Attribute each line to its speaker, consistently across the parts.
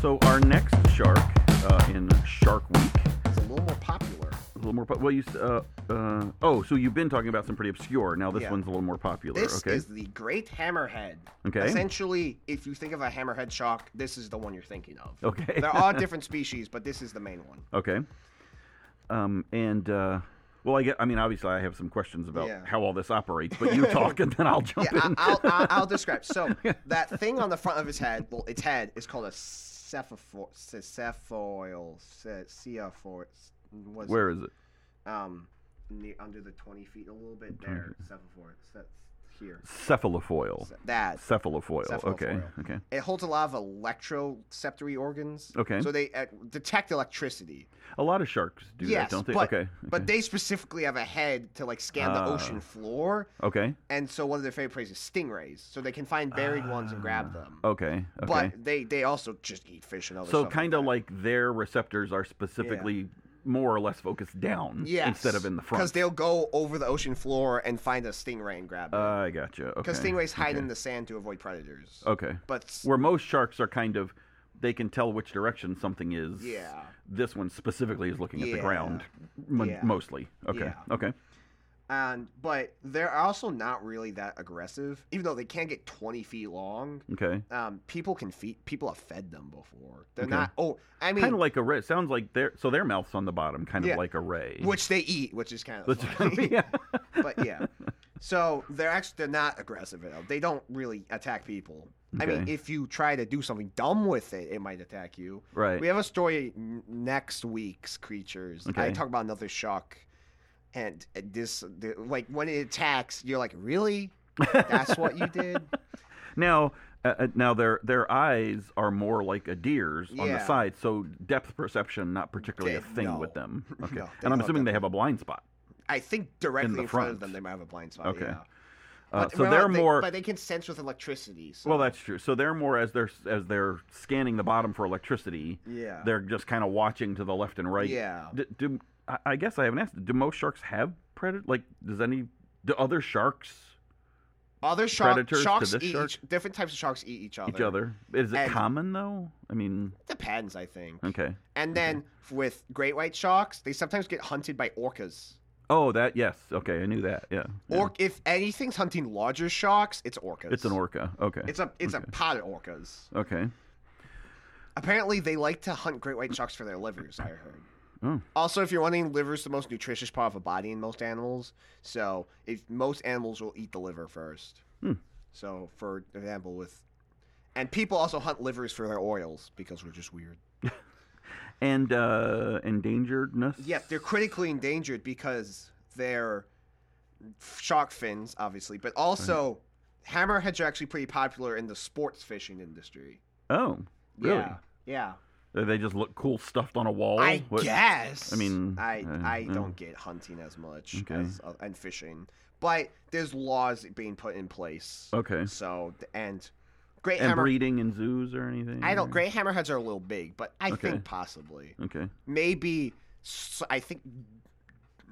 Speaker 1: So our next shark uh, in Shark Week,
Speaker 2: It's a little more popular.
Speaker 1: a little more. Po- well, you. s- Uh, uh, oh, so you've been talking about some pretty obscure. Now this
Speaker 2: Yeah.
Speaker 1: one's a little more popular.
Speaker 2: This
Speaker 1: okay.
Speaker 2: is the Great Hammerhead.
Speaker 1: Okay.
Speaker 2: Essentially, if you think of a hammerhead shark, this is the one you're thinking of.
Speaker 1: Okay.
Speaker 2: There are different species, but this is the main one.
Speaker 1: Okay. Um, and uh, well, I get. I mean, obviously, I have some questions about
Speaker 2: Yeah.
Speaker 1: how all this operates, but you talk, and then I'll jump
Speaker 2: Yeah,
Speaker 1: in.
Speaker 2: I, will I'll, I'll describe. So that thing on the front of his head, well, its head is called a cephalofoil. Cephalofoil. Cephalofoil. What's
Speaker 1: Where is it?
Speaker 2: um near, under the 20 feet a little bit there cephalofoil that's here
Speaker 1: Cephalofoil.
Speaker 2: So that
Speaker 1: Cephalofoil. Okay.
Speaker 2: Cephalofoil.
Speaker 1: Okay.
Speaker 2: it holds a lot of electroceptory organs
Speaker 1: Okay.
Speaker 2: so they uh, detect electricity
Speaker 1: A lot of sharks do
Speaker 2: yes
Speaker 1: that, don't they?
Speaker 2: but,
Speaker 1: okay. okay.
Speaker 2: but they specifically have a head to like scan the
Speaker 1: Ah.
Speaker 2: ocean floor
Speaker 1: okay.
Speaker 2: and so one of their favorite places is stingrays so they can find buried ones and grab them
Speaker 1: Ah, Okay. Okay.
Speaker 2: but they they also just eat fish and other
Speaker 1: so
Speaker 2: stuff
Speaker 1: kind of
Speaker 2: that.
Speaker 1: like their receptors are specifically more or less focused down
Speaker 2: Yes,
Speaker 1: instead of in the
Speaker 2: because
Speaker 1: front.
Speaker 2: they'll go over the ocean floor and find a stingray and grab it
Speaker 1: I gotcha. Ah, Okay.
Speaker 2: because stingrays hide
Speaker 1: okay. Oh.
Speaker 2: in the sand to avoid predators
Speaker 1: Okay.
Speaker 2: but s-
Speaker 1: Where most sharks are kind of, they can tell which direction something is.
Speaker 2: Yeah.
Speaker 1: This one specifically is looking at the
Speaker 2: Yeah.
Speaker 1: ground, mon-
Speaker 2: Yeah.
Speaker 1: mostly. Okay.
Speaker 2: Yeah.
Speaker 1: Okay.
Speaker 2: and but they're also not really that aggressive, even though they can get twenty feet long.
Speaker 1: Okay.
Speaker 2: Um, people can feed people have fed them before. They're
Speaker 1: Okay.
Speaker 2: not. Oh, I mean,
Speaker 1: Kind of like a ray. Sounds like their so their mouth's on the bottom, kind
Speaker 2: Yeah.
Speaker 1: of like a ray.
Speaker 2: which they eat, which is kind of
Speaker 1: That's
Speaker 2: funny.
Speaker 1: yeah.
Speaker 2: but yeah, so they're actually they're not aggressive at all. They don't really attack people. I mean,
Speaker 1: Okay.
Speaker 2: if you try to do something dumb with it, it might attack you.
Speaker 1: Right.
Speaker 2: We have a story n- next week's creatures. I
Speaker 1: Okay.
Speaker 2: talk about another shark, and uh, this the, like when it attacks, you're like, really? That's what you did?
Speaker 1: Now, uh, uh, now their their eyes are more like a deer's on
Speaker 2: Yeah.
Speaker 1: the side, so depth perception not particularly a
Speaker 2: They-
Speaker 1: thing
Speaker 2: no.
Speaker 1: with them. Okay,
Speaker 2: No, they
Speaker 1: and I'm
Speaker 2: don't
Speaker 1: assuming
Speaker 2: have
Speaker 1: they have a blind spot.
Speaker 2: I think directly in,
Speaker 1: the
Speaker 2: front of
Speaker 1: front.
Speaker 2: them, they might have a blind spot.
Speaker 1: Okay.
Speaker 2: Yeah.
Speaker 1: Uh,
Speaker 2: But
Speaker 1: so
Speaker 2: remember,
Speaker 1: they're
Speaker 2: they-
Speaker 1: more.
Speaker 2: But they can sense with electricity. So.
Speaker 1: well, that's true. So they're more as they're as they're scanning the bottom for electricity.
Speaker 2: Yeah.
Speaker 1: They're just kind of watching to the left and right.
Speaker 2: Yeah.
Speaker 1: D- do I- I guess I haven't asked. Do most sharks have predator? Like, does any do other sharks
Speaker 2: Other shark,
Speaker 1: predators to
Speaker 2: sharks
Speaker 1: this
Speaker 2: eat
Speaker 1: shark?
Speaker 2: each, different types of sharks eat each other.
Speaker 1: each other? Is it
Speaker 2: And-
Speaker 1: common though? I mean,
Speaker 2: Depends, I think.
Speaker 1: okay.
Speaker 2: And then with great white sharks, they sometimes get hunted by orcas.
Speaker 1: Oh, that yes. Okay, I knew that. Yeah. yeah.
Speaker 2: Or if anything's hunting larger sharks, it's orcas.
Speaker 1: It's an orca. Okay.
Speaker 2: It's a it's a pod of orcas.
Speaker 1: okay.
Speaker 2: Apparently, they like to hunt great white sharks for their livers. I heard.
Speaker 1: Oh.
Speaker 2: Also, if you're wondering, liver's the most nutritious part of a body in most animals. So, if most animals will eat the liver first.
Speaker 1: Hmm.
Speaker 2: So, for example, with and people also hunt livers for their oils because we're just weird.
Speaker 1: and uh endangeredness
Speaker 2: Yes, they're critically endangered because they're shark fins, obviously, but also hammerheads are actually pretty popular in the sports fishing industry.
Speaker 1: oh really
Speaker 2: Yeah. Yeah.
Speaker 1: They- they just look cool stuffed on a wall
Speaker 2: I
Speaker 1: What-
Speaker 2: guess.
Speaker 1: I mean,
Speaker 2: I
Speaker 1: uh,
Speaker 2: I
Speaker 1: yeah.
Speaker 2: don't get hunting as much
Speaker 1: Okay.
Speaker 2: as, uh, and fishing, but there's laws being put in place.
Speaker 1: okay
Speaker 2: So th- and great
Speaker 1: and
Speaker 2: hammer.
Speaker 1: breeding in zoos or anything
Speaker 2: I
Speaker 1: or-
Speaker 2: don't. Great hammerheads are a little big, but I
Speaker 1: Okay.
Speaker 2: think possibly
Speaker 1: okay
Speaker 2: maybe s- I think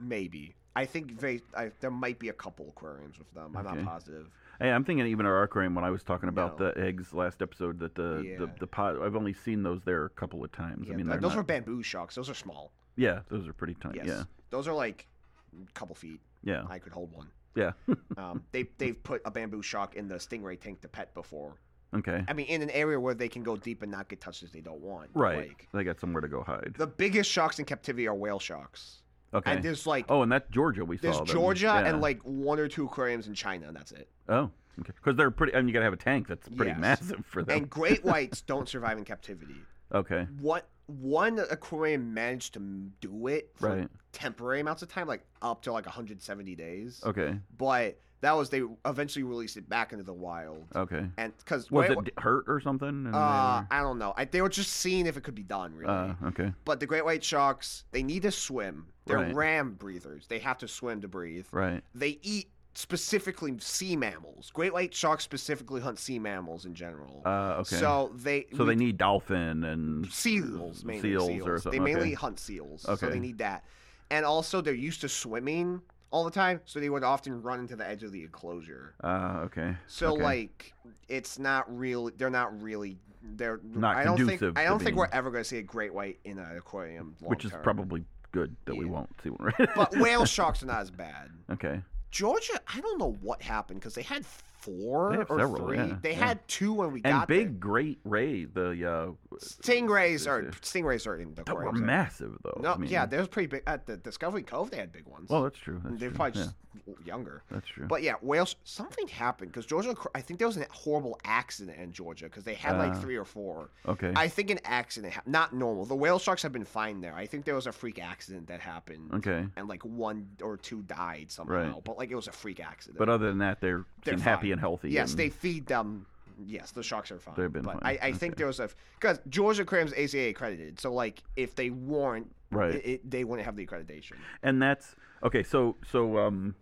Speaker 2: maybe I think they I, there might be a couple aquariums with them. I'm
Speaker 1: Okay.
Speaker 2: not positive.
Speaker 1: hey i'm thinking even our aquarium when i was talking about
Speaker 2: No.
Speaker 1: the eggs last episode that the, the
Speaker 2: Yeah.
Speaker 1: the pot i've only seen those there a couple of times
Speaker 2: Yeah,
Speaker 1: i mean
Speaker 2: th-
Speaker 1: they're
Speaker 2: those
Speaker 1: not-
Speaker 2: are bamboo sharks. Those are small.
Speaker 1: yeah those are pretty tiny
Speaker 2: Yes.
Speaker 1: yeah
Speaker 2: Those are like a couple feet.
Speaker 1: yeah
Speaker 2: I could hold one.
Speaker 1: Oh. yeah
Speaker 2: Um, they they've put a bamboo shark in the stingray tank to pet before.
Speaker 1: okay
Speaker 2: I mean, in an area where they can go deep and not get touched if they don't want. but,
Speaker 1: right
Speaker 2: Like,
Speaker 1: they got somewhere to go hide
Speaker 2: the biggest sharks in captivity are whale sharks.
Speaker 1: okay
Speaker 2: And there's like
Speaker 1: oh and that's georgia we
Speaker 2: there's
Speaker 1: saw them.
Speaker 2: Georgia
Speaker 1: Yeah.
Speaker 2: and like one or two aquariums in China, and that's it.
Speaker 1: oh okay because they're pretty I mean, you gotta have a tank that's pretty
Speaker 2: Yes.
Speaker 1: massive for them
Speaker 2: And great whites don't survive in captivity.
Speaker 1: okay
Speaker 2: What one aquarium managed to m- do it for
Speaker 1: Right.
Speaker 2: temporary amounts of time, like up to like 170 days.
Speaker 1: okay
Speaker 2: But that was they eventually released it back into the wild,
Speaker 1: okay
Speaker 2: and because
Speaker 1: Oh. Was it d- hurt or something? and they
Speaker 2: Uh,
Speaker 1: were-
Speaker 2: I don't know. I, they were just seeing if it could be done, really.
Speaker 1: uh, okay.
Speaker 2: But the great white sharks, they need to swim. They're
Speaker 1: Right.
Speaker 2: ram breathers. They have to swim to breathe.
Speaker 1: Right.
Speaker 2: They eat specifically sea mammals. Great white sharks specifically hunt sea mammals in general.
Speaker 1: Uh, okay.
Speaker 2: So they
Speaker 1: So they
Speaker 2: we-
Speaker 1: need dolphin and
Speaker 2: seals mainly.
Speaker 1: seals or
Speaker 2: They
Speaker 1: something,
Speaker 2: mainly
Speaker 1: okay.
Speaker 2: hunt seals. So
Speaker 1: Okay.
Speaker 2: they need that. And also they're used to swimming. all the time, so they would often run into the edge of the enclosure.
Speaker 1: Uh, okay.
Speaker 2: So
Speaker 1: Okay.
Speaker 2: like, it's not really. They're not really. They're.
Speaker 1: Not
Speaker 2: I don't think.
Speaker 1: conducive
Speaker 2: I
Speaker 1: to
Speaker 2: don't think
Speaker 1: being-
Speaker 2: we're ever going to see a great white in an aquarium. Long
Speaker 1: Which is
Speaker 2: term.
Speaker 1: probably good that we
Speaker 2: Yeah.
Speaker 1: won't see one. Right?
Speaker 2: But whale sharks are not as bad.
Speaker 1: okay.
Speaker 2: Georgia, I don't know what happened because they had four
Speaker 1: They have
Speaker 2: or
Speaker 1: several,
Speaker 2: three.
Speaker 1: yeah,
Speaker 2: they
Speaker 1: yeah.
Speaker 2: had two when we
Speaker 1: And
Speaker 2: got
Speaker 1: big
Speaker 2: there.
Speaker 1: great ray, the uh,
Speaker 2: Stingrays are
Speaker 1: Yeah.
Speaker 2: stingrays are in the
Speaker 1: that were
Speaker 2: aquarium.
Speaker 1: massive though.
Speaker 2: No,
Speaker 1: I mean,
Speaker 2: yeah, there's pretty big at the Discovery Cove. They had big ones.
Speaker 1: Well, that's true. That's
Speaker 2: they're
Speaker 1: true.
Speaker 2: probably
Speaker 1: yeah,
Speaker 2: just younger.
Speaker 1: that's true.
Speaker 2: But yeah, whales. Something happened because Georgia. I think there was a horrible accident in Georgia because they had like
Speaker 1: Ah.
Speaker 2: three or four.
Speaker 1: okay.
Speaker 2: I think an accident, hap not normal. The whale sharks have been fine there. I think there was a freak accident that happened,
Speaker 1: okay.
Speaker 2: and like one or two died somehow. But like it was a freak accident.
Speaker 1: But uh, other than that, they're,
Speaker 2: They're
Speaker 1: seem happy
Speaker 2: fine.
Speaker 1: and healthy.
Speaker 2: yes,
Speaker 1: and-
Speaker 2: they feed them. Yes, the sharks are fine.
Speaker 1: They've been
Speaker 2: but
Speaker 1: fine.
Speaker 2: I, I think there was a because Georgia Cram's ACA accredited, so like if they weren't,
Speaker 1: Right.
Speaker 2: it, it, they wouldn't have the accreditation.
Speaker 1: and that's okay. So so um,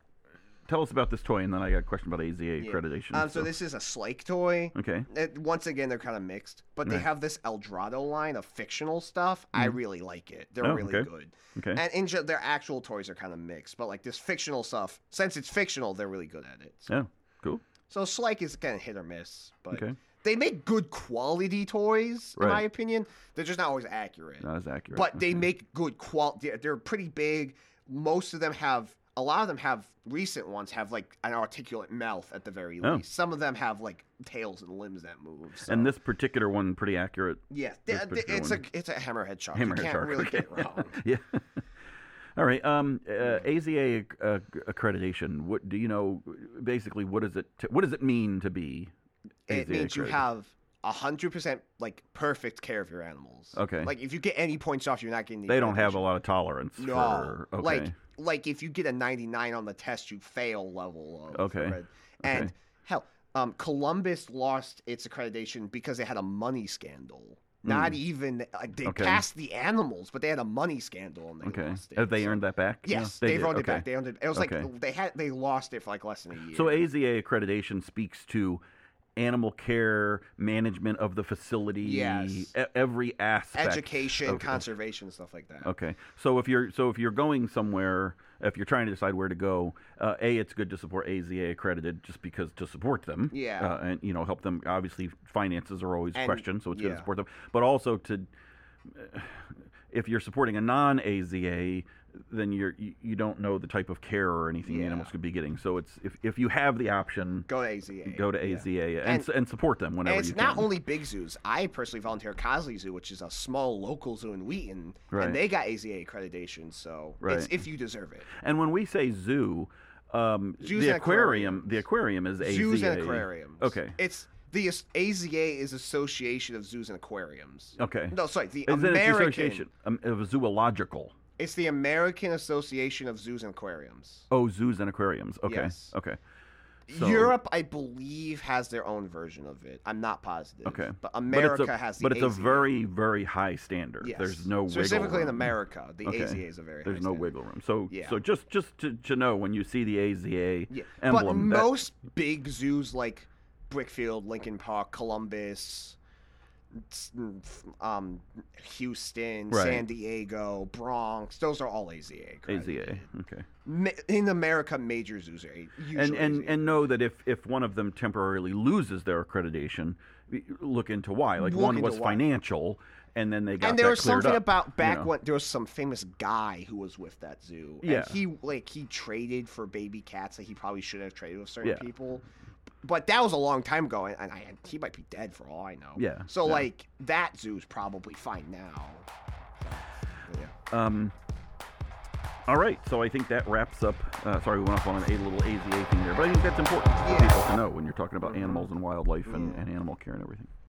Speaker 1: tell us about this toy, and then I got a question about AZA
Speaker 2: Yeah.
Speaker 1: accreditation.
Speaker 2: Um, so this is a Slake toy.
Speaker 1: okay.
Speaker 2: It, once again, they're kind of mixed, but they
Speaker 1: Right. Mm-hmm.
Speaker 2: have this Eldrado line of fictional stuff. I really like it. They're
Speaker 1: Oh,
Speaker 2: really
Speaker 1: okay.
Speaker 2: good.
Speaker 1: Okay.
Speaker 2: And in gen- their actual toys are kind of mixed, but like this fictional stuff, since it's fictional, they're really good at it. So,
Speaker 1: yeah. Cool.
Speaker 2: so Slike is kind of hit or miss, but
Speaker 1: Okay.
Speaker 2: they make good quality toys, in
Speaker 1: Right.
Speaker 2: my opinion. They're just not always accurate,
Speaker 1: Not Mm-hmm. as accurate.
Speaker 2: but they
Speaker 1: okay.
Speaker 2: make good quality. They're pretty big. Most of them have. A lot of them have recent ones have like an articulate mouth at the very
Speaker 1: Oh.
Speaker 2: least. Some of them have like tails and limbs that move. So.
Speaker 1: And this particular one, pretty accurate.
Speaker 2: yeah, th-
Speaker 1: this
Speaker 2: th-
Speaker 1: particular
Speaker 2: it's a
Speaker 1: one.
Speaker 2: it's a hammerhead shark. you
Speaker 1: Hammerhead
Speaker 2: can't
Speaker 1: shark.
Speaker 2: really
Speaker 1: okay.
Speaker 2: get it wrong.
Speaker 1: yeah. All right. Um, uh,
Speaker 2: Mm.
Speaker 1: AZA ac- uh, accreditation. What do you know? Basically, what does it? T- what does it mean to be?
Speaker 2: it
Speaker 1: AZA
Speaker 2: means you
Speaker 1: accredited?
Speaker 2: have a hundred percent like perfect care of your animals.
Speaker 1: Okay.
Speaker 2: Like if you get any points off, you're not getting. The
Speaker 1: They don't have a
Speaker 2: accreditation.
Speaker 1: lot of tolerance.
Speaker 2: No.
Speaker 1: For, okay.
Speaker 2: Like like if you get a 99 on the test, you fail level. Of
Speaker 1: Okay.
Speaker 2: red. And
Speaker 1: Okay.
Speaker 2: hell, um, Columbus lost its accreditation because they had a money scandal. Not even like, they
Speaker 1: Hmm. Okay.
Speaker 2: passed the animals, but they had a money scandal and they
Speaker 1: okay.
Speaker 2: lost it.
Speaker 1: Have they
Speaker 2: so-
Speaker 1: earned that back? Yeah,
Speaker 2: Yes, they have
Speaker 1: did,
Speaker 2: earned it
Speaker 1: okay.
Speaker 2: back. They earned it. It was
Speaker 1: Okay.
Speaker 2: like they had they lost it for like less than a year.
Speaker 1: So AZA accreditation speaks to animal care management of the facility,
Speaker 2: Yes.
Speaker 1: e- every aspect.
Speaker 2: education,
Speaker 1: of-
Speaker 2: conservation, stuff like that.
Speaker 1: Okay, so if you're so if you're going somewhere, if you're trying to decide where to go, uh, a it's good to support AZA accredited just because to support them,
Speaker 2: Yeah.
Speaker 1: uh, and you know help them. Obviously, finances are always
Speaker 2: And-
Speaker 1: questioned, so it's good to
Speaker 2: yeah.
Speaker 1: support them, but also to if you're supporting a non AZA, then you're you, you don't know the type of care or anything the
Speaker 2: Yeah.
Speaker 1: animals could be getting. So it's if if you have the option,
Speaker 2: Go to AZA.
Speaker 1: go to
Speaker 2: Yeah.
Speaker 1: AZA and, s- and support them whenever
Speaker 2: And it's
Speaker 1: you
Speaker 2: not
Speaker 1: can.
Speaker 2: only big zoos. I personally volunteer at Cosley Zoo, which is a small local zoo in Wheaton,
Speaker 1: Right.
Speaker 2: and they got AZA accreditation, so it's
Speaker 1: Right.
Speaker 2: if you deserve it.
Speaker 1: and when we say zoo, um,
Speaker 2: Zoos
Speaker 1: the
Speaker 2: and
Speaker 1: aquarium, the aquarium is AZA.
Speaker 2: Zoos and aquariums.
Speaker 1: Okay.
Speaker 2: It's the as- AZA is Association of Zoos and Aquariums.
Speaker 1: Okay.
Speaker 2: No, sorry, the
Speaker 1: Oh. Is it it's the
Speaker 2: American.
Speaker 1: association um, of zoological?
Speaker 2: It's the American Association of Zoos and Aquariums.
Speaker 1: Oh, zoos and aquariums. Okay.
Speaker 2: Yes.
Speaker 1: Okay. So-
Speaker 2: Europe, I believe, has their own version of it. I'm not positive.
Speaker 1: Okay.
Speaker 2: But America
Speaker 1: but it's a,
Speaker 2: has the
Speaker 1: But it's a
Speaker 2: AZA.
Speaker 1: very, very high standard.
Speaker 2: Yes.
Speaker 1: There's no wiggle
Speaker 2: specifically in
Speaker 1: room.
Speaker 2: America, the
Speaker 1: Okay.
Speaker 2: AZA is a very
Speaker 1: There's no
Speaker 2: high standard.
Speaker 1: wiggle room. So,
Speaker 2: Yeah.
Speaker 1: so just just to, to know when you see the AZA
Speaker 2: Yeah.
Speaker 1: emblem,
Speaker 2: but
Speaker 1: that-
Speaker 2: most big zoos like Brickfield, Lincoln Park, Columbus, s- um, Houston,
Speaker 1: Right.
Speaker 2: San Diego, Bronx, those are all AZA.
Speaker 1: AZA.
Speaker 2: accredited.
Speaker 1: Okay.
Speaker 2: Ma- In America, major zoos are a- usually
Speaker 1: and and
Speaker 2: AZA.
Speaker 1: and know that if if one of them temporarily loses their accreditation, y- look into why. Like
Speaker 2: Look
Speaker 1: one
Speaker 2: into
Speaker 1: was
Speaker 2: why.
Speaker 1: financial, and then they got
Speaker 2: And there
Speaker 1: that
Speaker 2: was
Speaker 1: cleared
Speaker 2: something
Speaker 1: up,
Speaker 2: about
Speaker 1: you
Speaker 2: back
Speaker 1: know.
Speaker 2: when there was some famous guy who was with that zoo. and
Speaker 1: Yeah.
Speaker 2: he like he traded for baby cats that he probably shouldn't have traded with certain
Speaker 1: Yeah.
Speaker 2: people. But that was a long time ago, and, and I, he might be dead for all I know.
Speaker 1: Yeah,
Speaker 2: So
Speaker 1: yeah.
Speaker 2: like that zoo's probably fine now. Yeah.
Speaker 1: Um, all right, so I think that wraps up. Uh, sorry, we went off on a little AZA thing there, but I think that's important for
Speaker 2: Yeah. Mm-hmm.
Speaker 1: people to know when you're talking about animals and wildlife and,
Speaker 2: Yeah.
Speaker 1: and animal care and everything.